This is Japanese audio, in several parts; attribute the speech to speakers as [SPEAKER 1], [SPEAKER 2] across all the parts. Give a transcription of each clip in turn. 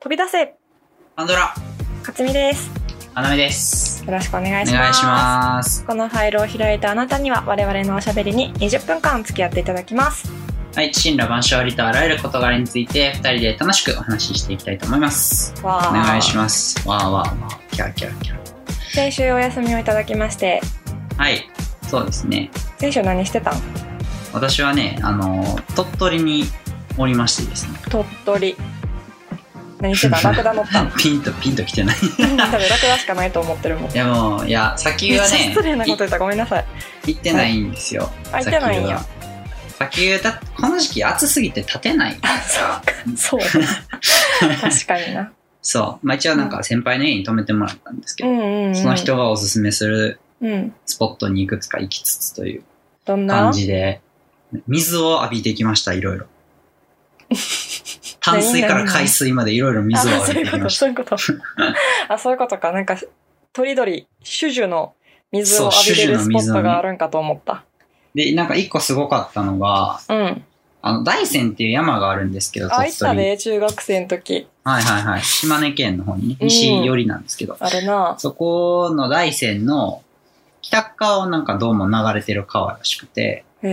[SPEAKER 1] 飛び出せ
[SPEAKER 2] パンドラ、
[SPEAKER 1] 勝美です。
[SPEAKER 2] 花芽です。
[SPEAKER 1] よろしくお願
[SPEAKER 2] お
[SPEAKER 1] いします。
[SPEAKER 2] 願いします。
[SPEAKER 1] このファイルを開いたあなたには我々のおしゃべりに20分間付き合っていただきます。
[SPEAKER 2] はい、神羅万象ありとあらゆる事柄について、二人で楽しくお話ししていきたいと思います。
[SPEAKER 1] わ
[SPEAKER 2] お
[SPEAKER 1] ー
[SPEAKER 2] 願いします。わーわーわー、キャーキャーキャー。
[SPEAKER 1] 先週お休みをいただきまして、
[SPEAKER 2] はい、そうですね。
[SPEAKER 1] 先週何してたん
[SPEAKER 2] 私はね、あの、鳥取におりましてですね。
[SPEAKER 1] 鳥取。何 してたんラクダ乗ったん
[SPEAKER 2] ピンと、ピンと来て ない。い
[SPEAKER 1] 多分ラクダしかないと思ってるもん。
[SPEAKER 2] やもう、いや、
[SPEAKER 1] め
[SPEAKER 2] 先
[SPEAKER 1] っちゃ
[SPEAKER 2] はね
[SPEAKER 1] 失礼なこと言ったごめんなさい。
[SPEAKER 2] い、行ってないんですよ。
[SPEAKER 1] あ、いてないん
[SPEAKER 2] 砂丘
[SPEAKER 1] や
[SPEAKER 2] は。。砂丘だ、この時期暑すぎて立てない。
[SPEAKER 1] あ、そうか。そうだ。確か にな。
[SPEAKER 2] そう。まあ一応なんか先輩の家に泊めてもらったんですけ
[SPEAKER 1] う
[SPEAKER 2] ど、
[SPEAKER 1] んうん、うん。
[SPEAKER 2] その人がおすすめする
[SPEAKER 1] うん。
[SPEAKER 2] スポットにいくつか行きつつという
[SPEAKER 1] どんな
[SPEAKER 2] 感じで、水を浴びてきました、いろいろ。淡水から海水までいろいろ水を
[SPEAKER 1] あ、
[SPEAKER 2] 浴
[SPEAKER 1] そう
[SPEAKER 2] び
[SPEAKER 1] い
[SPEAKER 2] て
[SPEAKER 1] うこ
[SPEAKER 2] きま
[SPEAKER 1] と、
[SPEAKER 2] し
[SPEAKER 1] そういう こと。あ、そういうことか。なんか、鳥鳥、種々の水を浴びれる
[SPEAKER 2] そ
[SPEAKER 1] スポ
[SPEAKER 2] う種々の
[SPEAKER 1] ッ
[SPEAKER 2] 水を
[SPEAKER 1] ト
[SPEAKER 2] ね
[SPEAKER 1] があるんかと思った。
[SPEAKER 2] た。で、なんか一個すごかったのが、
[SPEAKER 1] うん。
[SPEAKER 2] あの、大山っていう山があるんですけど、
[SPEAKER 1] あ、
[SPEAKER 2] 鳥
[SPEAKER 1] 行った
[SPEAKER 2] 取。
[SPEAKER 1] で、中学生の時。
[SPEAKER 2] はいはいはい。島根県の方にね、
[SPEAKER 1] うん
[SPEAKER 2] 西寄りなんですけど、
[SPEAKER 1] あるな
[SPEAKER 2] そこの大山の北側をなんかどうも流れてる川らしくて、
[SPEAKER 1] へ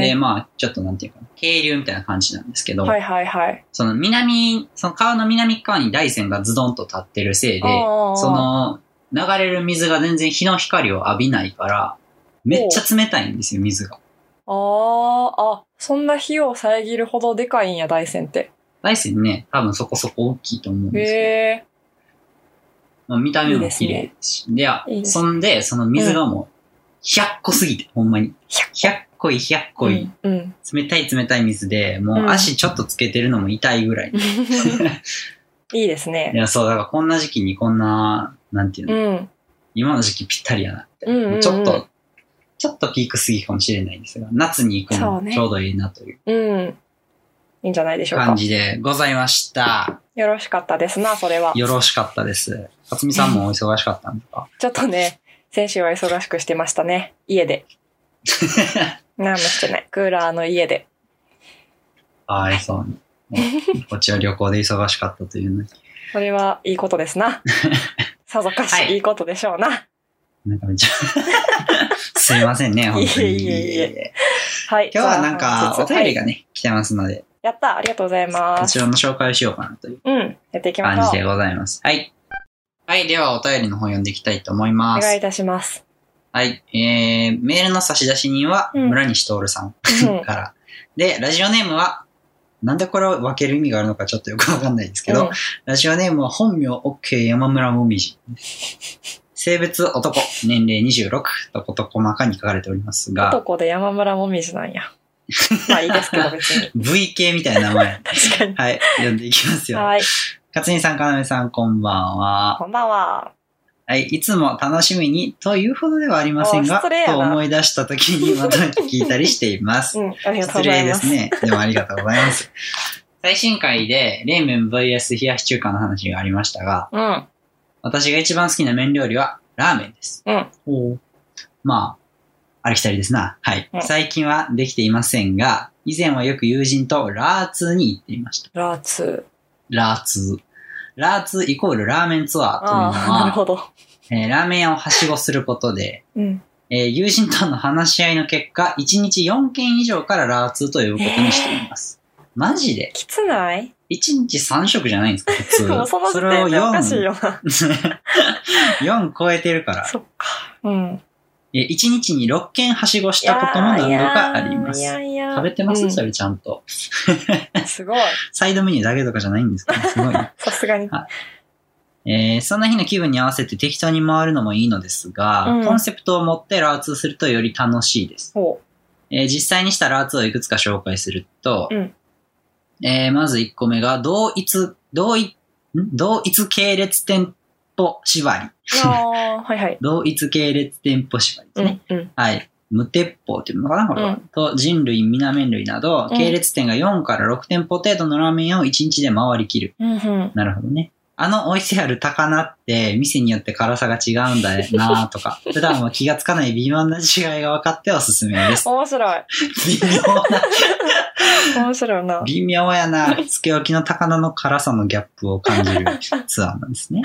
[SPEAKER 2] で、
[SPEAKER 1] え。
[SPEAKER 2] まあ、ちょっとなんていうかな、渓流みたいな感じなんですけど、
[SPEAKER 1] はいはいはい。
[SPEAKER 2] その南、その川の南側に大山がズドンと立ってるせいで、
[SPEAKER 1] あー
[SPEAKER 2] その流れる水が全然日の光を浴びないから、めっちゃ冷たいんですよ、水が。
[SPEAKER 1] あーあ、そんな火を遮るほどでかいんや、大山って。
[SPEAKER 2] 大山ね、多分そこそこ大きいと思うん
[SPEAKER 1] へ
[SPEAKER 2] ですけど、
[SPEAKER 1] え。
[SPEAKER 2] まあ見た目も綺麗ですし、であ
[SPEAKER 1] いいです
[SPEAKER 2] そんで、その水がもう、100個すぎて、ほんまに。100個い、100個い、
[SPEAKER 1] うん。うん。
[SPEAKER 2] 冷たい冷たい水で、もう足ちょっとつけてるのも痛いぐらい。
[SPEAKER 1] いいです
[SPEAKER 2] い
[SPEAKER 1] ね。
[SPEAKER 2] や、そう、だからこんな時期にこんな、なんていう
[SPEAKER 1] う
[SPEAKER 2] の、
[SPEAKER 1] ん。
[SPEAKER 2] 今の時期ぴったりやなって。
[SPEAKER 1] うんうんうん
[SPEAKER 2] ちょっと、ちょっとピーク過ぎかもしれないんですが、夏に行く
[SPEAKER 1] そ
[SPEAKER 2] の
[SPEAKER 1] うね
[SPEAKER 2] ちょうどいいなという
[SPEAKER 1] うん。いいんじゃないでしょう
[SPEAKER 2] 感
[SPEAKER 1] か。
[SPEAKER 2] じでございました。
[SPEAKER 1] よろしかったですな、それは。
[SPEAKER 2] よろしかったです。勝美さんもお忙しかったんですか
[SPEAKER 1] ちょっとね、先週は忙しくしてましたね。家 で。何もしてない。クーラーの家で。
[SPEAKER 2] かわいそうに。ねこっちは旅行で忙しかったというのに。
[SPEAKER 1] それはいいことです な。さぞかし
[SPEAKER 2] はい
[SPEAKER 1] いいことでしょうな。はい。
[SPEAKER 2] なんかめ っちゃ。すいませんね、本当に。
[SPEAKER 1] いえいえいえ
[SPEAKER 2] 今日はなんか、
[SPEAKER 1] じゃあ
[SPEAKER 2] お便り
[SPEAKER 1] は
[SPEAKER 2] が
[SPEAKER 1] い
[SPEAKER 2] ね、来てますので、
[SPEAKER 1] やったありがとうござい
[SPEAKER 2] こ
[SPEAKER 1] ま
[SPEAKER 2] ち
[SPEAKER 1] す。
[SPEAKER 2] らの紹介をしようかなという
[SPEAKER 1] うん。やっていきま
[SPEAKER 2] 感じ
[SPEAKER 1] しょ
[SPEAKER 2] で
[SPEAKER 1] う。
[SPEAKER 2] ございます。はい。はい、ではお便りの方読んでいきたいと思い
[SPEAKER 1] お
[SPEAKER 2] ます。
[SPEAKER 1] 願いいたし ます。
[SPEAKER 2] はい。えー、メールの差出人は、
[SPEAKER 1] うん
[SPEAKER 2] 村西徹さん
[SPEAKER 1] うん
[SPEAKER 2] から。で、ラジオネームは、なんでこれを分ける意味があるのかちょっとよくわかんないですけど、
[SPEAKER 1] うん
[SPEAKER 2] ラジオネームは本名 OK 山村もみじ。性別男、年齢26とこと細かに書かれておりますが、
[SPEAKER 1] 男で山村もみじなんや。まあいいですけど別に。
[SPEAKER 2] V 系 みたいな名前。
[SPEAKER 1] 確かに。
[SPEAKER 2] はい。読んでいきますよ。
[SPEAKER 1] はい。
[SPEAKER 2] 勝美さん、かなめさん、こんばんは。
[SPEAKER 1] こんばんは。
[SPEAKER 2] はい、いつも楽しみにというほどではありません
[SPEAKER 1] あ
[SPEAKER 2] が、
[SPEAKER 1] 失礼やな
[SPEAKER 2] と思い出した時にまた聞いたりしていま す
[SPEAKER 1] う。ん。ありがとうござ
[SPEAKER 2] 失礼
[SPEAKER 1] い
[SPEAKER 2] で
[SPEAKER 1] ます。
[SPEAKER 2] すね。でもありがとうございます。 最新回で冷麺 VS 冷やし中華の話がありましたが、
[SPEAKER 1] うん。
[SPEAKER 2] 私が一番好きな麺料理はラーメンです。
[SPEAKER 1] うん
[SPEAKER 2] おーまあ、ありきたりですな。はい、
[SPEAKER 1] うん
[SPEAKER 2] 最近はできていませんが、以前はよく友人とラーツーに行っていました。
[SPEAKER 1] ラーツ
[SPEAKER 2] ラーツー。ラーツーイコールラーメンツア
[SPEAKER 1] ー。
[SPEAKER 2] ーというの
[SPEAKER 1] ああ、なる
[SPEAKER 2] は、
[SPEAKER 1] ほど。
[SPEAKER 2] えーラーメン屋をはしごすることで、
[SPEAKER 1] うん。
[SPEAKER 2] えー友人との話し合いの結果、1日4件以上からラーツーと呼ぶことにしています。マジで
[SPEAKER 1] きつない。
[SPEAKER 2] ?1 日3食じゃないんですか普通
[SPEAKER 1] もうその時点でおかしいよな。
[SPEAKER 2] それを4、4超えてるから。
[SPEAKER 1] そっか。うん。
[SPEAKER 2] 1日に6件はしごしたことも何度かありま
[SPEAKER 1] いや
[SPEAKER 2] す。
[SPEAKER 1] いや。
[SPEAKER 2] 食べてます、
[SPEAKER 1] うん
[SPEAKER 2] それちゃんと。
[SPEAKER 1] すごい。
[SPEAKER 2] サイドメニューだけとかじゃないんで すか、ね、すごいね。
[SPEAKER 1] さすがに。
[SPEAKER 2] えーそんな日の気分に合わせて適当に回るのもいいのですが、
[SPEAKER 1] うん
[SPEAKER 2] コンセプトを持ってラーツーするとより楽しいです。
[SPEAKER 1] ほ
[SPEAKER 2] えー実際にしたラーツをいくつか紹介すると、
[SPEAKER 1] うん
[SPEAKER 2] えーまず1個目が、同一、同一、ん同一系列店舗縛り。
[SPEAKER 1] う。ああ、はいはい。
[SPEAKER 2] 同一系列店舗縛りです
[SPEAKER 1] う
[SPEAKER 2] ね。
[SPEAKER 1] ん。うん。
[SPEAKER 2] はい。無鉄砲っていうのかなこれは、
[SPEAKER 1] う
[SPEAKER 2] と、人類、皆麺類など、
[SPEAKER 1] うん
[SPEAKER 2] 系列店が4から6店舗程度のラーメン屋を1日で回りきる。
[SPEAKER 1] うん。うん。
[SPEAKER 2] なるほどね。あの置いてある高菜って店によって辛さが違うんだな とか、普段は気がつかない微妙な違いが分かっておすすめです。
[SPEAKER 1] 面白い。
[SPEAKER 2] 微 妙な、
[SPEAKER 1] 面白いな。
[SPEAKER 2] 微妙やな、つけ置きの高菜の辛さのギャップを感じるツアーなんですね。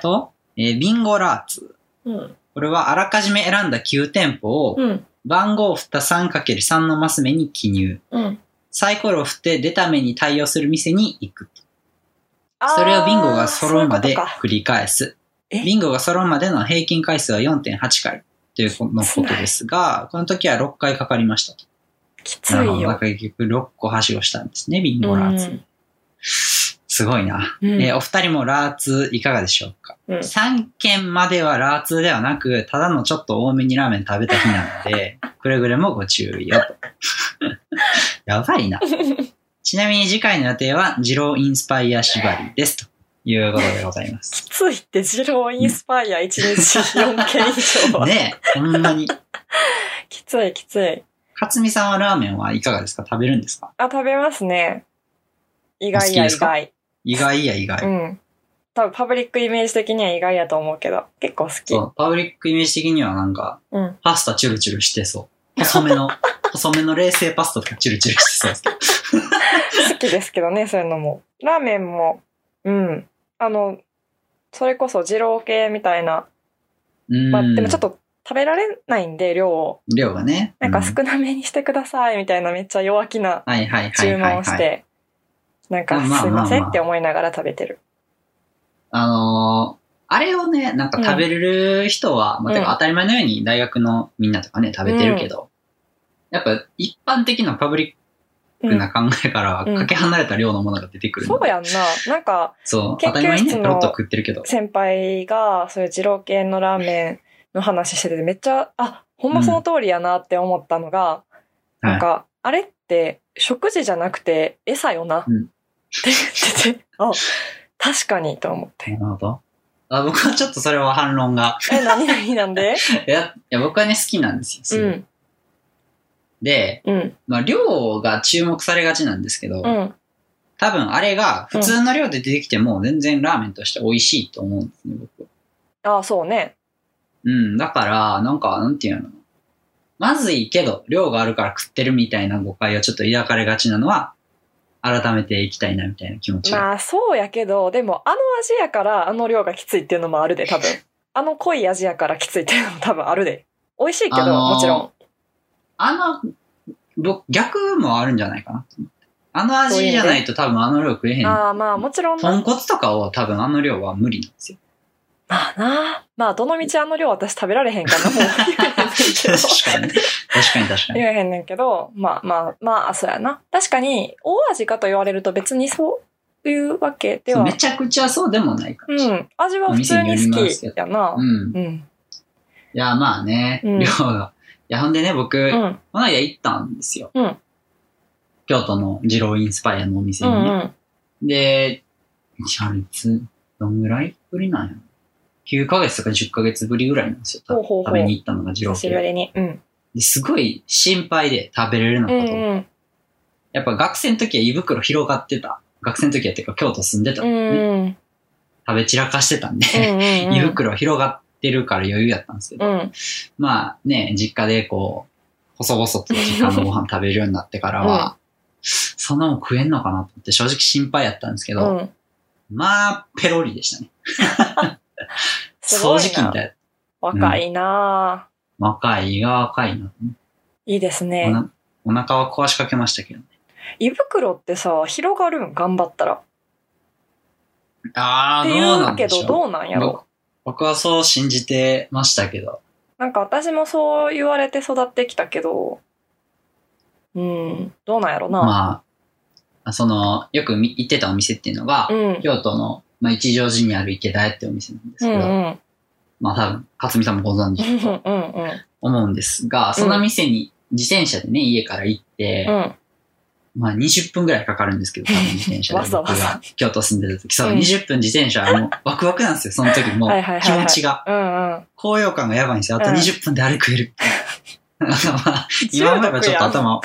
[SPEAKER 2] と、えービンゴラーツ。
[SPEAKER 1] うん。
[SPEAKER 2] これはあらかじめ選んだ9店舗を
[SPEAKER 1] うん。
[SPEAKER 2] 番号を振った 3×3 のマス目に記入。
[SPEAKER 1] うん。
[SPEAKER 2] サイコロを振って出た目に対応する店に行く。
[SPEAKER 1] あー
[SPEAKER 2] それをビンゴが揃うま
[SPEAKER 1] そうい
[SPEAKER 2] で
[SPEAKER 1] うことか
[SPEAKER 2] 繰り返す。
[SPEAKER 1] え
[SPEAKER 2] ビンゴが揃うまでの平均回数は4.8回というこのことですが、この時は6回かかりましたと。
[SPEAKER 1] きつい
[SPEAKER 2] なるほどだ
[SPEAKER 1] よ。
[SPEAKER 2] から結局6個はしごしたんですね、ビンゴラーツ。
[SPEAKER 1] うん
[SPEAKER 2] すごいな、
[SPEAKER 1] うん
[SPEAKER 2] えーお二人もラーツいかがでしょうか、
[SPEAKER 1] うん
[SPEAKER 2] ?3 軒まではラーツではなく、ただのちょっと多めにラーメン食べた日なの で、くれぐれもご注意をと。 やば いな。ちなみに次回の予定は、二郎インスパイア縛りです。ということでございま す。
[SPEAKER 1] きついって、ジローインスパイア1日4件以上は。
[SPEAKER 2] ねえ、ほんなに。
[SPEAKER 1] きついきつい。
[SPEAKER 2] かつみさんはラーメンはいかがですか食べるんですか
[SPEAKER 1] あ、食べますね。意
[SPEAKER 2] お好
[SPEAKER 1] 外
[SPEAKER 2] き
[SPEAKER 1] や
[SPEAKER 2] で
[SPEAKER 1] 意
[SPEAKER 2] すか
[SPEAKER 1] 外。
[SPEAKER 2] 意外や意外。
[SPEAKER 1] うん。多分パブリックイメージ的には意外やと思うけど、結構好き。
[SPEAKER 2] そう、パブリックイメージ的にはなんか、
[SPEAKER 1] うん。
[SPEAKER 2] パスタチュルチュルしてそう。細めの、細めの冷製パスタとかチュルチュルしてそうですけど。
[SPEAKER 1] 好きですけどね、そういうのも。ラーメンも、うん。あの、それこそ二郎系みたいな。
[SPEAKER 2] うん。
[SPEAKER 1] まあ、でもちょっと食べられないんで、量を。
[SPEAKER 2] 量がね。
[SPEAKER 1] なんか
[SPEAKER 2] う
[SPEAKER 1] 少なめにしてください、みたいなめっちゃ弱気な
[SPEAKER 2] はいはいはい
[SPEAKER 1] 注
[SPEAKER 2] はい、
[SPEAKER 1] 文を
[SPEAKER 2] は
[SPEAKER 1] し
[SPEAKER 2] い。
[SPEAKER 1] て、なんか
[SPEAKER 2] まあまあ
[SPEAKER 1] すいませ
[SPEAKER 2] まあま
[SPEAKER 1] ん
[SPEAKER 2] あ
[SPEAKER 1] って思いながら食べてる。
[SPEAKER 2] あのーあれをね、なんか食べれる人は、まあ、てか
[SPEAKER 1] うん
[SPEAKER 2] 当たり前のように大学のみんなとかね、食べてるけど、やっぱ一般的なパブリッ
[SPEAKER 1] う
[SPEAKER 2] ク
[SPEAKER 1] ん
[SPEAKER 2] な考えからは
[SPEAKER 1] うん
[SPEAKER 2] かけ離れた量のものが出てくるの
[SPEAKER 1] そう
[SPEAKER 2] で、
[SPEAKER 1] やんな。なんか、
[SPEAKER 2] そう、
[SPEAKER 1] 研
[SPEAKER 2] 当
[SPEAKER 1] 究室の
[SPEAKER 2] たり前にね、ペロッと食ってるけど、
[SPEAKER 1] 先輩が、そういう二郎系のラーメンの話してて、めっちゃ、あ、ほんまその通りやなって思ったのが、
[SPEAKER 2] うん
[SPEAKER 1] なんか、あれって、食事じゃなくて、餌よな。って
[SPEAKER 2] うん
[SPEAKER 1] 言ってて、あ、確かにと思 って。
[SPEAKER 2] なるほど。あ僕はちょっとそれは反論が。
[SPEAKER 1] え、何々なんで
[SPEAKER 2] いや、いや僕はね、好きなんですよ
[SPEAKER 1] う
[SPEAKER 2] すごい。
[SPEAKER 1] ん、
[SPEAKER 2] で、
[SPEAKER 1] うん、
[SPEAKER 2] まあ、量が注目されがちなんですけど、
[SPEAKER 1] うん。
[SPEAKER 2] 多分あれが普通の量で出てきても全然ラーメンとして美味しいと思うんですね、僕は。
[SPEAKER 1] あ、そうね。
[SPEAKER 2] うん、だから、なんか、なんていうのまずいけど、量があるから食ってるみたいな誤解をちょっと抱かれがちなのは、改めていきたいなみたいな気持ちが。
[SPEAKER 1] まあ、そうやけど、でも、あの味やから、あの量がきついっていうのもあるで、多分。あの濃い味やからきついっていうのも多分あるで。美味しいけど、
[SPEAKER 2] あのー
[SPEAKER 1] もちろん。
[SPEAKER 2] あの、僕、逆もあるんじゃないかな。あの味じゃないと多分あの量食えへん。
[SPEAKER 1] ああ、まあ、もちろんな。
[SPEAKER 2] 豚骨とかを多分あの量は無理なんですよ。
[SPEAKER 1] まあな。まあ、どの道あの量私食べられへんからもう 言えへんねんけど
[SPEAKER 2] 確かに。確かに確かに。
[SPEAKER 1] 言えへんねんけど、まあまあ、まあ、そうやな。確かに、大味かと言われると別にそういうわけでは
[SPEAKER 2] め。ちゃくちゃそうでもないか
[SPEAKER 1] う
[SPEAKER 2] もしれない。
[SPEAKER 1] ん。味は普通に好きやな。
[SPEAKER 2] うん。い
[SPEAKER 1] うん。
[SPEAKER 2] や、まあね、
[SPEAKER 1] うん
[SPEAKER 2] 量が。いや、ほんでね、僕、
[SPEAKER 1] うん。
[SPEAKER 2] この間行ったんですよ。
[SPEAKER 1] うん
[SPEAKER 2] 京都の二郎インスパイアのお店
[SPEAKER 1] う
[SPEAKER 2] にね。
[SPEAKER 1] ん。
[SPEAKER 2] で、あれいつ、どんぐらいぶりなんや ?9 ヶ月とか10ヶ月ぶりぐらいなんですよ。た
[SPEAKER 1] ほうほうほう
[SPEAKER 2] 食べに行ったのが二郎
[SPEAKER 1] 久しぶ
[SPEAKER 2] 系。
[SPEAKER 1] りに。うん。
[SPEAKER 2] ですごい心配で食べれるの
[SPEAKER 1] う
[SPEAKER 2] かと思って。
[SPEAKER 1] ん。
[SPEAKER 2] やっぱ学生の時は胃袋広がってた。学生の時はっていうか京都住んでた
[SPEAKER 1] うん。うん
[SPEAKER 2] で、ね
[SPEAKER 1] ん。
[SPEAKER 2] 食べ散らかしてたんで、
[SPEAKER 1] うん。
[SPEAKER 2] 胃袋広がってるから余裕やったんですけど、
[SPEAKER 1] うん。
[SPEAKER 2] まあね、実家でこう、細々と実家のご飯食べるようになってからは、そんなもん食えんのかなと思って正直心配やったんですけ
[SPEAKER 1] う
[SPEAKER 2] ど、
[SPEAKER 1] ん。
[SPEAKER 2] まあ、ペロリでしたね。
[SPEAKER 1] すご
[SPEAKER 2] 掃
[SPEAKER 1] い
[SPEAKER 2] 除機み
[SPEAKER 1] な
[SPEAKER 2] た。い。
[SPEAKER 1] 若いな。
[SPEAKER 2] 若い、胃が若いな。
[SPEAKER 1] いいです
[SPEAKER 2] お
[SPEAKER 1] ね。
[SPEAKER 2] なお腹は壊しかけましたけどね。
[SPEAKER 1] 胃袋ってさ、広がるん頑張ったら。
[SPEAKER 2] あ
[SPEAKER 1] っ
[SPEAKER 2] あ、
[SPEAKER 1] て
[SPEAKER 2] どう
[SPEAKER 1] い
[SPEAKER 2] な
[SPEAKER 1] うんけ
[SPEAKER 2] でし
[SPEAKER 1] ど、
[SPEAKER 2] ょう。
[SPEAKER 1] どうなんやろ。
[SPEAKER 2] 僕はそう信じてましたけど、
[SPEAKER 1] なんか私もそう言われて育ってきたけど、うん、どうなんやろな。
[SPEAKER 2] まあ、その、よくみ行ってたお店っていうのが、
[SPEAKER 1] うん。
[SPEAKER 2] 京都の、まあ、一条寺にある池田屋ってお店なんです
[SPEAKER 1] うん
[SPEAKER 2] け
[SPEAKER 1] う
[SPEAKER 2] ど、
[SPEAKER 1] ん。
[SPEAKER 2] まあ多分、勝美さんもご 存
[SPEAKER 1] う
[SPEAKER 2] 知
[SPEAKER 1] ん
[SPEAKER 2] だと
[SPEAKER 1] うんうん。
[SPEAKER 2] 思うんですが、その店に自転車でね、家から行って、
[SPEAKER 1] うん。
[SPEAKER 2] まあ20分ぐらいかかるんですけど、多分自転車で。
[SPEAKER 1] わざわざ
[SPEAKER 2] 僕が京都住んでた時、そう、
[SPEAKER 1] うん
[SPEAKER 2] 20分自転車、 もうワクワクなんですよ、その時もう
[SPEAKER 1] はいはいはいはい
[SPEAKER 2] 気持ちが。
[SPEAKER 1] うんうん。
[SPEAKER 2] 高揚感がやばいんですよ。あ と
[SPEAKER 1] うん
[SPEAKER 2] 20分であれ食える。なんかまあ今思えばちょっと頭、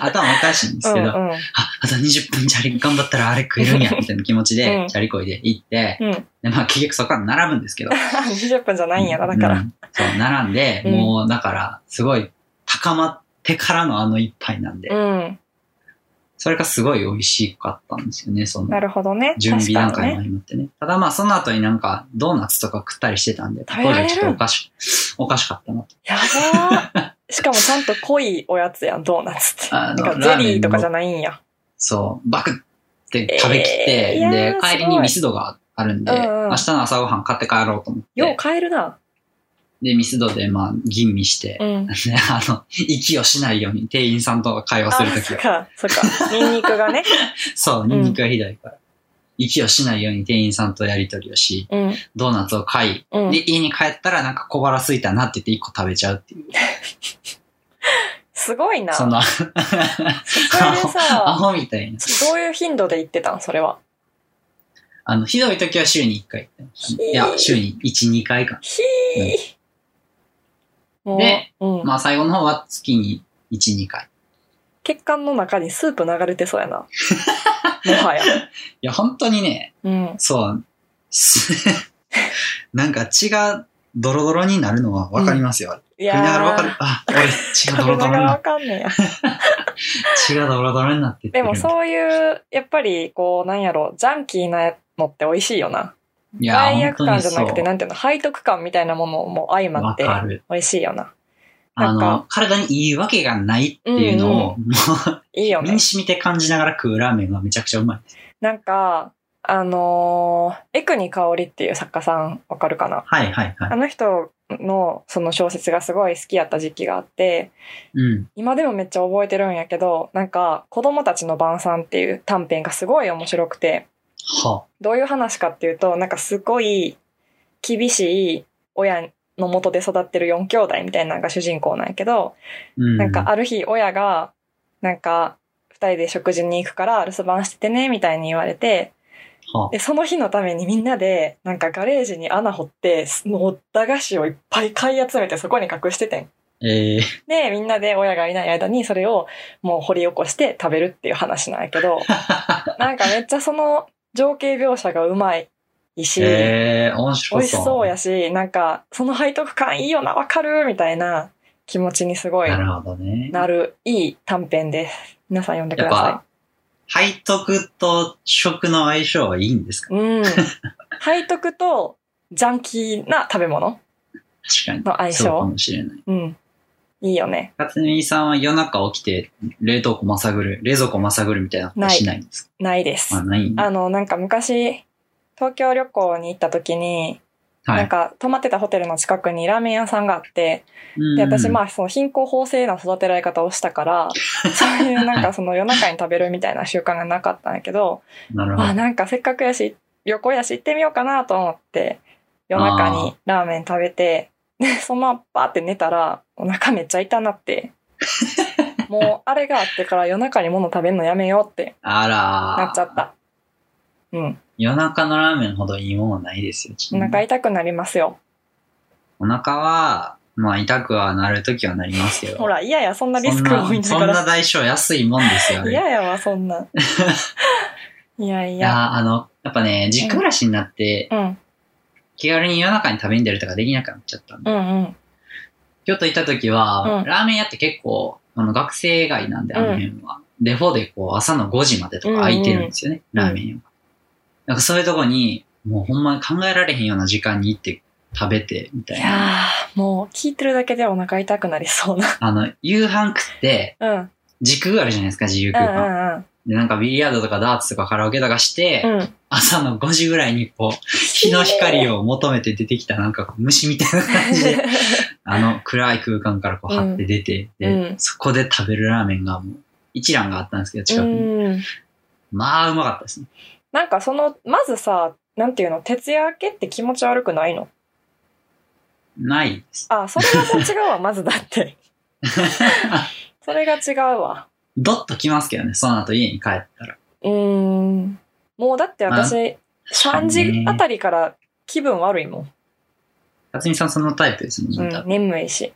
[SPEAKER 2] 頭おかしいんですけど、あ、
[SPEAKER 1] うん
[SPEAKER 2] あと20分チャリ頑張ったらあれ食えるんや、みたいな気持ちで、
[SPEAKER 1] うん
[SPEAKER 2] チャリこいで行って、
[SPEAKER 1] うん。うん。
[SPEAKER 2] で、まあ結局そこから並ぶんですけど。
[SPEAKER 1] 20分じゃないんやな、だか
[SPEAKER 2] う
[SPEAKER 1] ら。
[SPEAKER 2] んそう、並んで、
[SPEAKER 1] うん
[SPEAKER 2] もうだから、すごい高まってからのあの一杯なんで、
[SPEAKER 1] うん。
[SPEAKER 2] それがすごい美味しかったんですよね、その
[SPEAKER 1] な。るほどね。
[SPEAKER 2] 準備段階
[SPEAKER 1] 確かにね。
[SPEAKER 2] の合間ってね。ただまあその後になんかドーナツとか食ったりしてたんで、
[SPEAKER 1] 食べられる
[SPEAKER 2] ちょっとおかし、おかしかったなと。
[SPEAKER 1] やばー。しかもちゃんと濃いおやつやん、ドーナツって。な
[SPEAKER 2] あの
[SPEAKER 1] んかゼリーとかじゃないんや。
[SPEAKER 2] そう、バクって食べきっ
[SPEAKER 1] え
[SPEAKER 2] て、
[SPEAKER 1] ーいやー
[SPEAKER 2] で、帰り
[SPEAKER 1] すご
[SPEAKER 2] に
[SPEAKER 1] い
[SPEAKER 2] ミスドがあるんで、
[SPEAKER 1] うんうん
[SPEAKER 2] 明日の朝ごはん買って帰ろうと思っ
[SPEAKER 1] よう
[SPEAKER 2] て、
[SPEAKER 1] 買えるな。
[SPEAKER 2] で、ミスドでまあ吟味して、
[SPEAKER 1] うん。
[SPEAKER 2] ね、 あの、息をしないように店員さんと会話する
[SPEAKER 1] あ
[SPEAKER 2] とき
[SPEAKER 1] そっ
[SPEAKER 2] は。
[SPEAKER 1] か、そっか。ニンニクがね。
[SPEAKER 2] そう、ニンニクがひどいから。息をしないように店員さんとやりとりをし、
[SPEAKER 1] うん。
[SPEAKER 2] ドーナツを買
[SPEAKER 1] う
[SPEAKER 2] い、
[SPEAKER 1] ん。
[SPEAKER 2] で、家に帰ったらなんか小腹空いたなって言って一個食べちゃうっていう。
[SPEAKER 1] すごいな。
[SPEAKER 2] そ
[SPEAKER 1] そ
[SPEAKER 2] の、
[SPEAKER 1] れで
[SPEAKER 2] ア
[SPEAKER 1] さ、
[SPEAKER 2] ホみたいな。
[SPEAKER 1] どういう頻度で行ってたんそれは。
[SPEAKER 2] あの、ひどい時は週に1回。いや、週に1、2回か。
[SPEAKER 1] ひー。もう
[SPEAKER 2] で、
[SPEAKER 1] うん
[SPEAKER 2] まあ、最後の方は月に1、2回。
[SPEAKER 1] 血管の中にスープ流れてそうや な。もはや。
[SPEAKER 2] いや、本当にね、
[SPEAKER 1] うん。
[SPEAKER 2] そう、 すなんか血がドロドロになるのはわかりますよ。あれ
[SPEAKER 1] い
[SPEAKER 2] 食いながらわか
[SPEAKER 1] ー
[SPEAKER 2] る。あ、俺、血がド
[SPEAKER 1] 食べ
[SPEAKER 2] ロド
[SPEAKER 1] ながら
[SPEAKER 2] ロに な
[SPEAKER 1] わ
[SPEAKER 2] っ
[SPEAKER 1] かんねえや。
[SPEAKER 2] 血がドロドロになってっ
[SPEAKER 1] で
[SPEAKER 2] てる
[SPEAKER 1] もそういう、やっぱり、こう、なんやろ、ジャンキーなのって美味しいよな。
[SPEAKER 2] いや、
[SPEAKER 1] 罪悪
[SPEAKER 2] 本当
[SPEAKER 1] 感
[SPEAKER 2] に
[SPEAKER 1] じゃ
[SPEAKER 2] そ
[SPEAKER 1] なくて、
[SPEAKER 2] う。
[SPEAKER 1] なんていうの、背徳感みたいなものも相ま
[SPEAKER 2] わ
[SPEAKER 1] って、
[SPEAKER 2] かる。
[SPEAKER 1] 美味しいよな。
[SPEAKER 2] あ
[SPEAKER 1] なん
[SPEAKER 2] の、体にいいわけがないっていうのを、も
[SPEAKER 1] いいよ
[SPEAKER 2] う、身
[SPEAKER 1] ね
[SPEAKER 2] に。染みて感じながら食うラーメンがめちゃくちゃうまい。
[SPEAKER 1] なんか、あのー、エクニカオリっていう作家さん、わかるかな
[SPEAKER 2] はいはいは
[SPEAKER 1] あ
[SPEAKER 2] い。
[SPEAKER 1] の人のその小説がすごい好きやった時期があって、
[SPEAKER 2] うん。
[SPEAKER 1] 今でもめっちゃ覚えてるんやけど、なんか、子供たちの晩餐っていう短編がすごい面白くて、
[SPEAKER 2] は
[SPEAKER 1] どういう話かっていうと、なんかすごい厳しい親の元で育ってる4兄弟みたいなのが主人公なんやけど、
[SPEAKER 2] うん。
[SPEAKER 1] なんかある日親が、なんか、二人で食事に行くから留守番しててね、みたいに言われて、
[SPEAKER 2] は
[SPEAKER 1] で、その日のためにみんなで、なんかガレージに穴掘って、もう駄菓子をいっぱい買い集めてそこに隠しててん。
[SPEAKER 2] えー、
[SPEAKER 1] で、みんなで親がいない間にそれをもう掘り起こして食べるっていう話なんやけ ど、なんかめっちゃその情景描写がうまいし、
[SPEAKER 2] えー、面白そう。
[SPEAKER 1] 美味しそうやし、なんかその背徳感いいよな、わかるみたいな気持ちにすごい
[SPEAKER 2] なるほどね。
[SPEAKER 1] なるいい短編です。皆さん読んでく
[SPEAKER 2] やっ
[SPEAKER 1] ださ
[SPEAKER 2] ぱ、背徳と食の相性はいいんですか
[SPEAKER 1] い。 うん。背徳とジャンキーな食べ物
[SPEAKER 2] 確か
[SPEAKER 1] の相
[SPEAKER 2] に。そうか
[SPEAKER 1] 性。
[SPEAKER 2] もしれない。
[SPEAKER 1] うん。いいよね。
[SPEAKER 2] 勝美さんは夜中起きて、冷凍庫まさぐる、冷蔵庫まさぐるみたいなことしないんですか
[SPEAKER 1] ないです。
[SPEAKER 2] あ、ないんだ
[SPEAKER 1] あの、なんか昔、東京旅行に行った時に、
[SPEAKER 2] は
[SPEAKER 1] なん
[SPEAKER 2] い。
[SPEAKER 1] か泊まってたホテルの近くにラーメン屋さんがあって、
[SPEAKER 2] うん
[SPEAKER 1] で、私、まあ、その貧困法制な育てられ方をした から、そういうなんかその夜中に食べるみたいな習慣がなかったんやけど、
[SPEAKER 2] なるほ
[SPEAKER 1] あ、
[SPEAKER 2] ど。
[SPEAKER 1] なんかせっかくやし、旅行やし行ってみようかなと思って、夜中にラーメン食べて、で、そのままバーって寝たら、お腹めっちゃ痛な って、もうあれがあってから夜中に物食べるのやめようって
[SPEAKER 2] あ
[SPEAKER 1] なっちゃ
[SPEAKER 2] ら
[SPEAKER 1] った。うん。
[SPEAKER 2] 夜中のラーメンほどいいものないですよ。
[SPEAKER 1] お腹痛くなりますよ。
[SPEAKER 2] お腹は、まあ痛くはなるときはなりますけど。
[SPEAKER 1] ほら、嫌や、そんなリ
[SPEAKER 2] そ
[SPEAKER 1] ス
[SPEAKER 2] ん
[SPEAKER 1] ク多いん
[SPEAKER 2] な、
[SPEAKER 1] だ
[SPEAKER 2] そ
[SPEAKER 1] か
[SPEAKER 2] んな
[SPEAKER 1] ら。
[SPEAKER 2] 代償安いもんですよ。あれ
[SPEAKER 1] 嫌やわ、そん な。いやい
[SPEAKER 2] い
[SPEAKER 1] や。
[SPEAKER 2] や、あの、やっぱね、実家暮らしになって、
[SPEAKER 1] うん、
[SPEAKER 2] 気軽に夜中に食べに出るとかできなくなっちゃったんで。
[SPEAKER 1] うん、うん。
[SPEAKER 2] 京都行った時は、
[SPEAKER 1] うん
[SPEAKER 2] ラーメン屋って結構、あの、学生街なんで、あの辺は。デフォでこう、朝の5時までとか空いてるんですよね、
[SPEAKER 1] うんうん
[SPEAKER 2] ラーメン屋は。なんかそういうとこに、もうほんまに考えられへんような時間に行って食べて、みた
[SPEAKER 1] い
[SPEAKER 2] いな。
[SPEAKER 1] やー、もう聞いてるだけでお腹痛くなりそうな。
[SPEAKER 2] あの、夕飯食って、
[SPEAKER 1] うん。うん
[SPEAKER 2] 時空あるじゃないですか、自由
[SPEAKER 1] う
[SPEAKER 2] 空間。
[SPEAKER 1] ん
[SPEAKER 2] で、なんかビリヤードとかダーツとかカラオケとかして、
[SPEAKER 1] うん。うん。
[SPEAKER 2] 朝の5時ぐらいにこう、日の光を求めて出てきたなんかこう虫みたいな感じで、 あの暗い空間からこう張って出て、
[SPEAKER 1] うん
[SPEAKER 2] で、
[SPEAKER 1] うん
[SPEAKER 2] そこで食べるラーメンがもう一覧があったんですけど、近くに。
[SPEAKER 1] うん。
[SPEAKER 2] まあ、うまかったですね。
[SPEAKER 1] なんかその、まずさ、なんていうの、徹夜明けって気持ち悪くないの
[SPEAKER 2] ないです。
[SPEAKER 1] あ、それは違うわ、まずだ って。それが違うわ。
[SPEAKER 2] ドッときますけどね、その後家に帰ったら。
[SPEAKER 1] うーん。もうだって私、3時あたりから気分悪いもん。
[SPEAKER 2] 辰巳さんそのタイプですもんね。
[SPEAKER 1] う
[SPEAKER 2] 多
[SPEAKER 1] ん、
[SPEAKER 2] 分
[SPEAKER 1] 眠いし。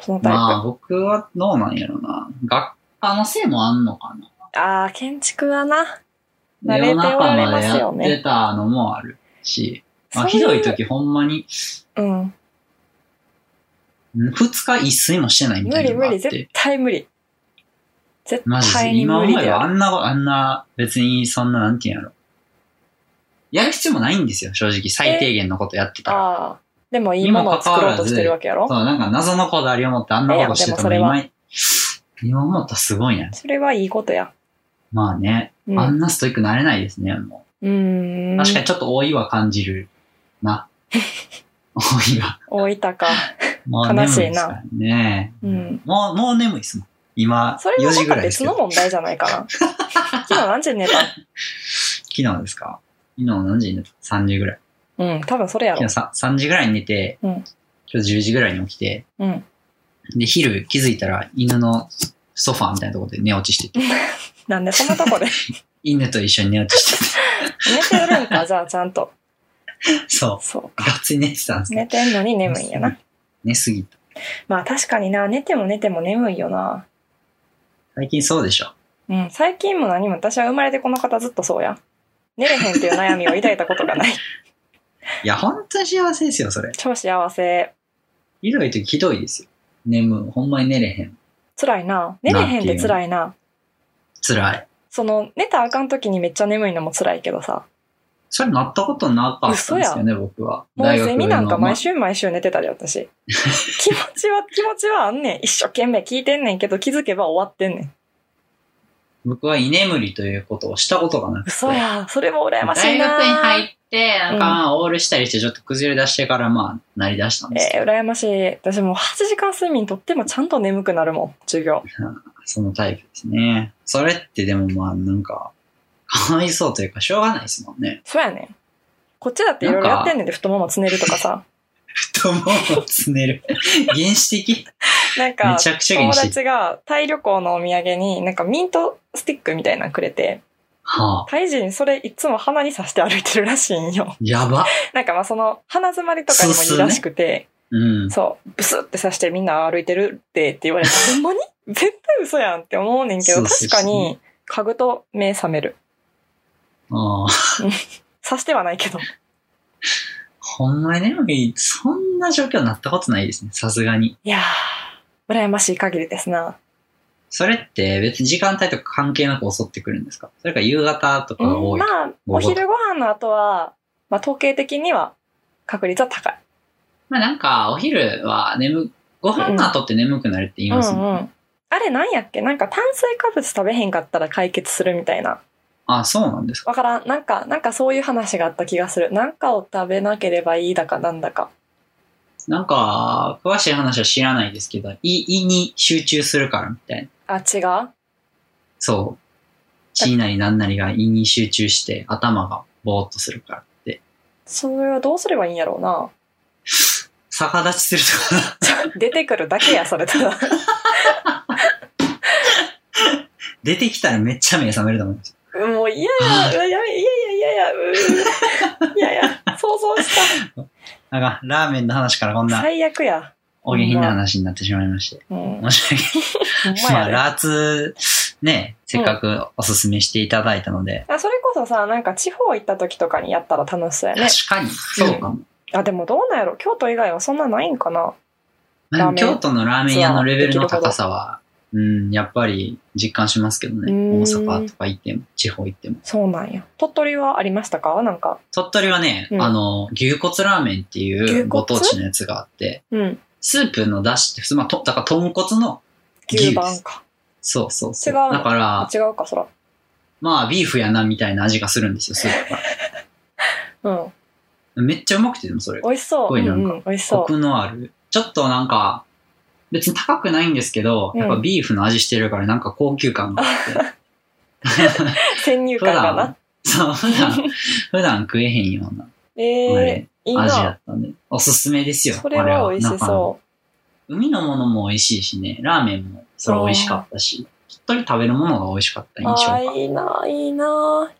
[SPEAKER 1] そのタイプ。
[SPEAKER 2] まあ、僕はどうなんやろうな。学あのせいもあんのかな
[SPEAKER 1] ああ、建築はな。慣れて
[SPEAKER 2] 夜
[SPEAKER 1] お
[SPEAKER 2] 中
[SPEAKER 1] られ
[SPEAKER 2] ま
[SPEAKER 1] ま
[SPEAKER 2] ですや
[SPEAKER 1] よ
[SPEAKER 2] っ
[SPEAKER 1] ね
[SPEAKER 2] てたのもあるし、まあ、
[SPEAKER 1] そう
[SPEAKER 2] ひ
[SPEAKER 1] う
[SPEAKER 2] どい。時ほんまに、
[SPEAKER 1] うん。
[SPEAKER 2] 2日一睡もしてないみた
[SPEAKER 1] 無理
[SPEAKER 2] いなの
[SPEAKER 1] 無
[SPEAKER 2] があっ
[SPEAKER 1] 理、
[SPEAKER 2] て
[SPEAKER 1] 絶。対無理。絶
[SPEAKER 2] マジ
[SPEAKER 1] 対
[SPEAKER 2] で、
[SPEAKER 1] に
[SPEAKER 2] 今
[SPEAKER 1] 無
[SPEAKER 2] 思
[SPEAKER 1] 理
[SPEAKER 2] え
[SPEAKER 1] で
[SPEAKER 2] ばあ
[SPEAKER 1] ある。
[SPEAKER 2] んな、あんな、別にそんな、なんていうんやろ。やる必要もないんですよ、正直。最低限のことやってたら。
[SPEAKER 1] ああ。でもいいものを作ろうとしてるわけやろ
[SPEAKER 2] そう、なんか謎のこだわりを持ってあんなことしてたの
[SPEAKER 1] いやでも
[SPEAKER 2] 今、今思ったらすごいね。
[SPEAKER 1] それはいいことや。
[SPEAKER 2] まあね、
[SPEAKER 1] うん。
[SPEAKER 2] あん
[SPEAKER 1] う
[SPEAKER 2] なストイックなれないですね、もう。
[SPEAKER 1] ーん。
[SPEAKER 2] 確かにちょっと老いは感じる な。老いは。
[SPEAKER 1] 大分か。
[SPEAKER 2] もう眠いで
[SPEAKER 1] 悲しい
[SPEAKER 2] す
[SPEAKER 1] な
[SPEAKER 2] からね。
[SPEAKER 1] うん
[SPEAKER 2] も う、もう眠いっすもん。今、
[SPEAKER 1] それ
[SPEAKER 2] 4
[SPEAKER 1] は
[SPEAKER 2] 時
[SPEAKER 1] ま
[SPEAKER 2] ぐ
[SPEAKER 1] た
[SPEAKER 2] らいです
[SPEAKER 1] 別
[SPEAKER 2] け
[SPEAKER 1] の
[SPEAKER 2] ど。
[SPEAKER 1] 問題じゃないか な。昨日何時に寝た
[SPEAKER 2] 昨日ですか昨日何時に寝た ?3 時ぐらい。
[SPEAKER 1] うん、多分それやろ
[SPEAKER 2] 昨。日 3, 3時ぐらいに寝て、
[SPEAKER 1] うん
[SPEAKER 2] 今日10時ぐらいに起きて、
[SPEAKER 1] うん。
[SPEAKER 2] で、昼気づいたら犬のソファーみたいなところで寝落ちしてて、
[SPEAKER 1] なんでそんなとこで
[SPEAKER 2] 犬と一緒に寝落ちして
[SPEAKER 1] 寝てるん か、じゃあちゃんと。
[SPEAKER 2] て、 そ
[SPEAKER 1] そう
[SPEAKER 2] う、がっつり寝てたんです
[SPEAKER 1] う。
[SPEAKER 2] ね。
[SPEAKER 1] 寝てんのに眠いんやな。。
[SPEAKER 2] 寝すぎた。
[SPEAKER 1] まあ確かにな、寝ても寝ても眠いよな。
[SPEAKER 2] 最近そうでしょ。
[SPEAKER 1] うん、最近も何も私は生まれてこの方ずっとそうや。寝れへんっていう悩みを抱いたことが ない。
[SPEAKER 2] いや、本当に幸せですよ、それ。
[SPEAKER 1] 超幸せ。
[SPEAKER 2] ひどい時ひどいですよ。眠、ほんまに寝れへん。
[SPEAKER 1] 辛いな。寝れへんって辛いな。
[SPEAKER 2] 辛い。
[SPEAKER 1] その、寝たらあかん時にめっちゃ眠いのも辛いけどさ。
[SPEAKER 2] それなったことなかったんですよね、僕は。
[SPEAKER 1] もうゼミなんか
[SPEAKER 2] まあ
[SPEAKER 1] 毎週毎週寝てたで、私。気持ち は、気持ちはあんねん。一生懸命聞いてんねんけど、気づけば終わってんねん。
[SPEAKER 2] 僕は居眠りということをしたことがなくて。
[SPEAKER 1] 嘘や。それも羨ましい
[SPEAKER 2] 大
[SPEAKER 1] な。
[SPEAKER 2] 学に入って、なんか、オールしたりして、ちょっと崩れ出してから、まあ、なり出したんですけ
[SPEAKER 1] え
[SPEAKER 2] ど、
[SPEAKER 1] ー、羨ましい。私もう8時間睡眠とってもちゃんと眠くなるもん、授業。
[SPEAKER 2] そのタイプですね。それってでもまあ、なんか、かわいそうというか、しょうがないですもんね。
[SPEAKER 1] そうやねん。こっちだっていろいろやってんねんで、太ももつねるとか さ。
[SPEAKER 2] 太ももをつ ねる。原始的
[SPEAKER 1] なんか
[SPEAKER 2] め、ちゃくちゃ
[SPEAKER 1] 友
[SPEAKER 2] 原始的。
[SPEAKER 1] 達がタイ旅行のお土産になんかミントスティックみたいなのくれて、
[SPEAKER 2] はあ。
[SPEAKER 1] タイ人それいつも鼻に刺して歩いてるらしいん よ。
[SPEAKER 2] やば。
[SPEAKER 1] なんかまあその鼻詰まりとかにもいいらしくて、
[SPEAKER 2] うん。
[SPEAKER 1] そう、ブスって刺してみんな歩いてるってって言 われて、ほんまに絶対嘘やんって思うねんけど、
[SPEAKER 2] そうそう
[SPEAKER 1] 確かに嗅ぐと目覚める。
[SPEAKER 2] ああ。
[SPEAKER 1] 刺してはないけど。
[SPEAKER 2] ほんまに眠い。そんな状況になったことないですね。さすがに。
[SPEAKER 1] いやー、羨ましい限りですな。
[SPEAKER 2] それって別に時間帯とか関係なく襲ってくるんですかそれか夕方とか
[SPEAKER 1] う
[SPEAKER 2] が
[SPEAKER 1] ん、
[SPEAKER 2] 多い。
[SPEAKER 1] まあ、お昼ご飯の後は、まあ統計的には確率は高い。
[SPEAKER 2] まあなんかお昼は眠、ご飯の後って眠くなるって言いますもんね。
[SPEAKER 1] うんうん、あれなんやっけなんか炭水化物食べへんかったら解決するみたいな。
[SPEAKER 2] あ、そうなんですか。
[SPEAKER 1] わからん。なんか、なんかそういう話があった気がする。なんかを食べなければいいだかなんだか。
[SPEAKER 2] なんか、詳しい話は知らないですけど、胃胃に集中するからみたい
[SPEAKER 1] あ、
[SPEAKER 2] な。
[SPEAKER 1] 違う
[SPEAKER 2] そう。血なりなんなりが胃に集中して頭がぼーっとするからって。
[SPEAKER 1] それはどうすればいいんやろうな。
[SPEAKER 2] 逆立ちするとか、
[SPEAKER 1] 出てくるだけや、それただ。
[SPEAKER 2] 出てきたらめっちゃ目覚めると思うんです よ。
[SPEAKER 1] もう嫌や、うわやめ、いやいやいやいや、うーいやいや、想像 し
[SPEAKER 2] なんか、ラーメンの話からこん
[SPEAKER 1] た。
[SPEAKER 2] な
[SPEAKER 1] 最悪や。
[SPEAKER 2] お下品な話になってしまいまして。
[SPEAKER 1] うん。ほん
[SPEAKER 2] 申し訳ないま
[SPEAKER 1] まや
[SPEAKER 2] あ、
[SPEAKER 1] ね。
[SPEAKER 2] ラーツ、ね、せっかくおすすめしていただいたので、
[SPEAKER 1] あそれこそさ、なんか地方行った時とかにやったら楽しそうやね
[SPEAKER 2] 確。かに、そうかも。
[SPEAKER 1] あ、でもどうなんやろ京都以外はそんなないんかな
[SPEAKER 2] ま
[SPEAKER 1] ラーメ
[SPEAKER 2] あでも
[SPEAKER 1] ン
[SPEAKER 2] 京都のラーメン屋のレベルの高さは、うん、やっぱり実感しますけどね。
[SPEAKER 1] うん
[SPEAKER 2] 大阪とか行っても、地方行っても。
[SPEAKER 1] そうなんや。鳥取はありましたかなんか。
[SPEAKER 2] 鳥取はね、
[SPEAKER 1] うん
[SPEAKER 2] あの、牛骨ラーメンってい
[SPEAKER 1] 牛
[SPEAKER 2] う
[SPEAKER 1] 骨
[SPEAKER 2] ご当地のやつがあって、
[SPEAKER 1] うん。
[SPEAKER 2] スープの出汁って普通、まあ、とだから豚骨の牛
[SPEAKER 1] 牛
[SPEAKER 2] で
[SPEAKER 1] 番
[SPEAKER 2] す。
[SPEAKER 1] か。
[SPEAKER 2] そうそうそう。
[SPEAKER 1] 違うの
[SPEAKER 2] だから、
[SPEAKER 1] 違うか、そら。
[SPEAKER 2] まあ、ビーフやなみたいな味がするんですよ、スープが。
[SPEAKER 1] うん。
[SPEAKER 2] めっちゃうまくて、でもそれが
[SPEAKER 1] 美味しそ
[SPEAKER 2] す
[SPEAKER 1] う。
[SPEAKER 2] ご
[SPEAKER 1] う
[SPEAKER 2] い
[SPEAKER 1] ん
[SPEAKER 2] なんか
[SPEAKER 1] うん。美味し
[SPEAKER 2] コ
[SPEAKER 1] そ
[SPEAKER 2] クのある。ちょっとなんか、別に高くないんですけど、
[SPEAKER 1] うん
[SPEAKER 2] やっぱビーフの味してるからなんか高級感があって。
[SPEAKER 1] う。先入
[SPEAKER 2] 普
[SPEAKER 1] 観かな
[SPEAKER 2] 段。、そう、普 段、普段食えへんような、
[SPEAKER 1] ええいい
[SPEAKER 2] 味だ
[SPEAKER 1] な。
[SPEAKER 2] ったんで、おすすめですよ。
[SPEAKER 1] それは美味し
[SPEAKER 2] あれはなんか
[SPEAKER 1] そ
[SPEAKER 2] 海のものも美味しいしね、ラーメンもそれ美味しかったし、鳥取食べるものが美味しかった
[SPEAKER 1] う。
[SPEAKER 2] 印
[SPEAKER 1] ああ、
[SPEAKER 2] 象が。
[SPEAKER 1] いいな、いいな。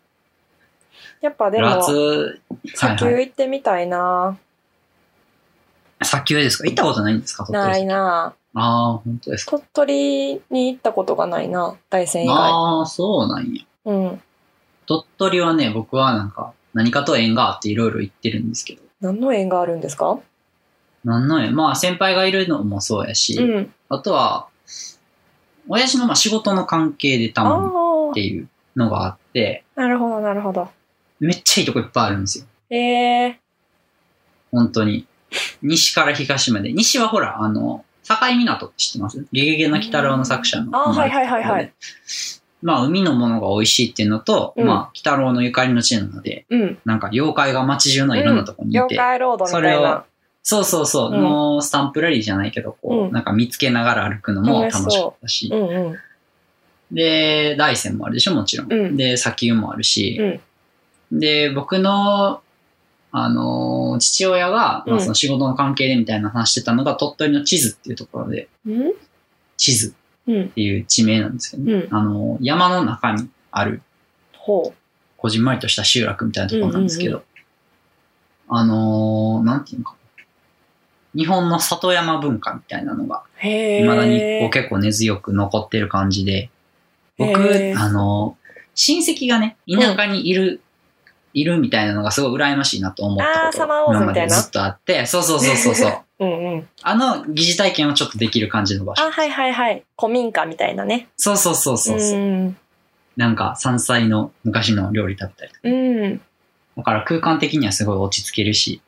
[SPEAKER 1] やっぱで
[SPEAKER 2] ラ
[SPEAKER 1] も、
[SPEAKER 2] ツ、は
[SPEAKER 1] 砂
[SPEAKER 2] いは
[SPEAKER 1] 丘行ってみたいな。
[SPEAKER 2] い。砂丘ですか行ったことないんですか鳥取
[SPEAKER 1] ないな。
[SPEAKER 2] ああ、本当ですか。
[SPEAKER 1] 鳥取に行ったことがないな、大山以外。
[SPEAKER 2] ああ、そうなんや。
[SPEAKER 1] うん。
[SPEAKER 2] 鳥取はね、僕はなんか、何かと縁があっていろいろ行ってるんですけど。
[SPEAKER 1] 何の縁があるんですか
[SPEAKER 2] なんの縁まあ、先輩がいるのもそうやし、
[SPEAKER 1] うん。
[SPEAKER 2] あとは、親父のまあ仕事の関係でた
[SPEAKER 1] あ
[SPEAKER 2] まにっ
[SPEAKER 1] あ
[SPEAKER 2] ていうのがあって、
[SPEAKER 1] なるほど、なるほど。
[SPEAKER 2] めっちゃいいとこいっぱいあるんですよ。
[SPEAKER 1] ええ
[SPEAKER 2] 本当に。西から東まで。西はほら、あの、境港って知ってますゲゲゲの鬼太郎の作者の。
[SPEAKER 1] あーはいはいはいはい。
[SPEAKER 2] まあ、海のものが美味しいっていうのと、
[SPEAKER 1] うん
[SPEAKER 2] まあ、鬼太郎のゆかりの地なので、
[SPEAKER 1] うん。
[SPEAKER 2] なんか妖怪が街中のいろんなとこにいて、
[SPEAKER 1] 妖怪ロードみたいな。
[SPEAKER 2] そうそうそう、
[SPEAKER 1] うん
[SPEAKER 2] のスタンプラリーじゃないけど、こう、
[SPEAKER 1] うん
[SPEAKER 2] なんか見つけながら歩くのも楽しかったし
[SPEAKER 1] う、んうん。
[SPEAKER 2] で、大山もあるでしょ、もちろん。
[SPEAKER 1] うん
[SPEAKER 2] で、砂丘もあるし、で、僕の、あのー父親が、
[SPEAKER 1] う
[SPEAKER 2] まあ、
[SPEAKER 1] ん
[SPEAKER 2] その仕事の関係でみたいな話してたのが、鳥取の地図っていうところで、
[SPEAKER 1] うん
[SPEAKER 2] 地図っ
[SPEAKER 1] うん。
[SPEAKER 2] ていう地名なんですけどね、
[SPEAKER 1] うん。
[SPEAKER 2] あのー山の中にある、
[SPEAKER 1] ほ
[SPEAKER 2] こじんまりとした集落みたいなところなんですけ
[SPEAKER 1] う
[SPEAKER 2] ど、あのーなんていうのかな。日本の里山文化みたいなのが、
[SPEAKER 1] う。へえ。
[SPEAKER 2] 未だにこう結構根強く残ってる感じで、僕、
[SPEAKER 1] へー
[SPEAKER 2] あの、親戚がね、田舎にいる、いるみたいなのがすごい羨ましいなと思ったこと
[SPEAKER 1] あーサマーウォーズみたいな
[SPEAKER 2] 今までずっとあって、そうそうそうそ うそ
[SPEAKER 1] う
[SPEAKER 2] う。
[SPEAKER 1] んうん。
[SPEAKER 2] あの疑似体験をちょっとできる感じの場所。
[SPEAKER 1] あ、はいはいはい。古民家みたいなね。
[SPEAKER 2] そうそうそうそうそう。
[SPEAKER 1] ん。
[SPEAKER 2] なんか山菜の昔の料理食べたりとか。
[SPEAKER 1] うん。
[SPEAKER 2] だから空間的にはすごい落ち着けるし、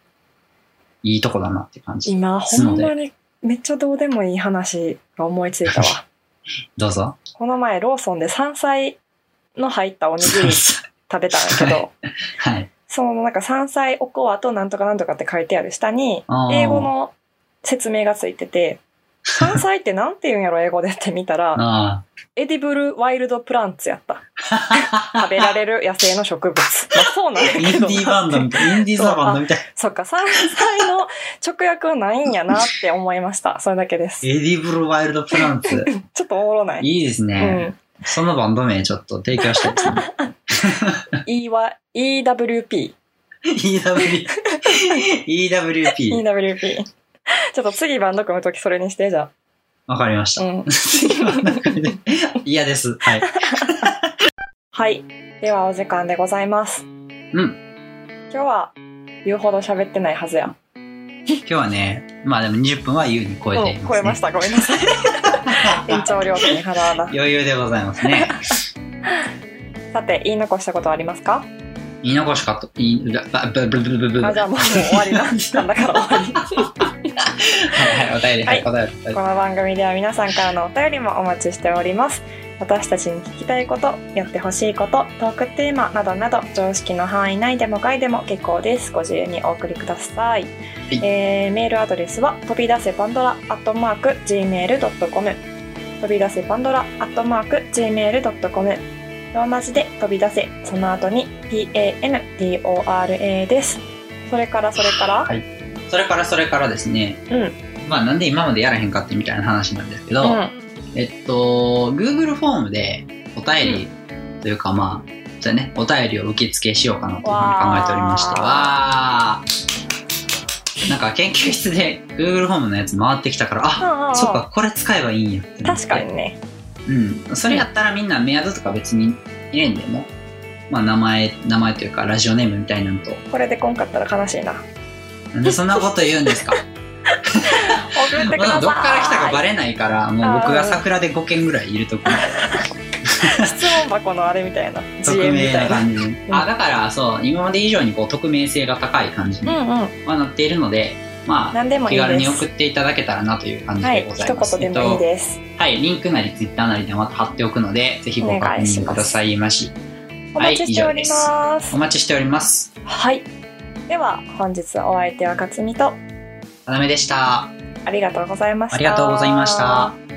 [SPEAKER 2] いいとこだなって感じ。
[SPEAKER 1] 今、ほんまにめっちゃどうでもいい話が思いついた わ。
[SPEAKER 2] どうぞ。
[SPEAKER 1] この前、ローソンで山菜の入ったおにぎり食べたんだけど、
[SPEAKER 2] はい。
[SPEAKER 1] そのなんか山菜おこわとなんとかなんとかって書いてある下に
[SPEAKER 2] あ、ー
[SPEAKER 1] 英語の説明がついてて、山菜ってなんて言うんやろ、英語でって見た ら、
[SPEAKER 2] あ
[SPEAKER 1] エディブルワイルドプランツやった。
[SPEAKER 2] あ。
[SPEAKER 1] 食べられる野生の植物。 まあそうなんだ
[SPEAKER 2] インデ
[SPEAKER 1] け
[SPEAKER 2] ィ
[SPEAKER 1] ど。
[SPEAKER 2] ーバンドみたい。インディーズバンドみたい。
[SPEAKER 1] そっか、山菜の直訳はないんやなって思いました。それだけです。
[SPEAKER 2] エディブルワイルドプラ ンツ。
[SPEAKER 1] ちょっとおもろない。
[SPEAKER 2] いいですね。そのバンド名ちょっと提供したいですね。
[SPEAKER 1] うん。E は EWP。
[SPEAKER 2] EW、EWP。
[SPEAKER 1] EWP。ちょっと次バンド組むときそれにして、じゃ
[SPEAKER 2] わかりま し
[SPEAKER 1] あ。う
[SPEAKER 2] た。
[SPEAKER 1] ん。
[SPEAKER 2] 嫌です。はい。
[SPEAKER 1] はい。ではお時間でございます。
[SPEAKER 2] うん。
[SPEAKER 1] 今日は言うほど喋ってないはずや。
[SPEAKER 2] 今日はね、まあでも20分は優に超えて
[SPEAKER 1] う
[SPEAKER 2] います、ね。
[SPEAKER 1] ん、超えました。ごめんな さい。延長料金払わな。
[SPEAKER 2] 余裕でございますね。
[SPEAKER 1] さて、言い残したことはありますか
[SPEAKER 2] 言い残しかと、言い、ば、ば、ば、ば、ば、ば、
[SPEAKER 1] あ、じゃあもう終わりだ。なんだから終わり。
[SPEAKER 2] はいはい、お便り、はい、お便り。
[SPEAKER 1] この番組では皆さんからのお便りもお待ちしております私たちに聞きたいことやってほしいことトークテーマなどなど常識の範囲内でも外でも結構ですご自由にお送りください、
[SPEAKER 2] い
[SPEAKER 1] えーメールアドレスは飛び出せパンドラアットマーク Gmail.com 飛び出せパンドラアットマーク Gmail.com ローマ字で飛び出せその後に PANDORA ですそれからそれから、
[SPEAKER 2] はいそれから、それからですね。
[SPEAKER 1] うん
[SPEAKER 2] まあなんで今までやらへんかってみたいな話なんですけど、
[SPEAKER 1] うん
[SPEAKER 2] えっと、Google フォームでお便りというか、まあ、じゃあね、お便りを受付しようかなというふうに考えておりまして、わーなんか研究室で Google フォームのやつ回ってきたから、あ、
[SPEAKER 1] ああ
[SPEAKER 2] そっか、これ使えばいいんやってなっ
[SPEAKER 1] 確
[SPEAKER 2] て
[SPEAKER 1] かに。ね
[SPEAKER 2] うん。それやったらみんなメアドとか別に入れんでも、まあ名前、名前というかラジオネームみたいなのと、
[SPEAKER 1] これでこんかったら悲し いな
[SPEAKER 2] なんでそんなこと言うんで すか
[SPEAKER 1] 送ってくださ
[SPEAKER 2] ま
[SPEAKER 1] い。
[SPEAKER 2] あどっから来たかバレないから、もう僕が桜で5件ぐらいいるとこ
[SPEAKER 1] 質問箱のあれみたいな。
[SPEAKER 2] 匿
[SPEAKER 1] GM み
[SPEAKER 2] 名
[SPEAKER 1] た
[SPEAKER 2] な
[SPEAKER 1] な。
[SPEAKER 2] い感じで、あだからそう今まで以上にこう匿名性が高い感じには
[SPEAKER 1] うんうん。
[SPEAKER 2] なっているので、まあ
[SPEAKER 1] 何でもい
[SPEAKER 2] 気
[SPEAKER 1] いです。
[SPEAKER 2] 軽に送っていただけたらなという感じ
[SPEAKER 1] は
[SPEAKER 2] で
[SPEAKER 1] い。
[SPEAKER 2] ござい
[SPEAKER 1] 一
[SPEAKER 2] ます、
[SPEAKER 1] 言でもいい
[SPEAKER 2] えっ
[SPEAKER 1] です。
[SPEAKER 2] とはいリンクなりツイッターなりでまた貼っておくのでぜひご確認くださいまし
[SPEAKER 1] お待ちしておりま
[SPEAKER 2] お
[SPEAKER 1] す。
[SPEAKER 2] 待ちしております
[SPEAKER 1] はい。では、本日お相手は勝美と、
[SPEAKER 2] 花めでした
[SPEAKER 1] ありがとうございました。
[SPEAKER 2] ありがとうございました。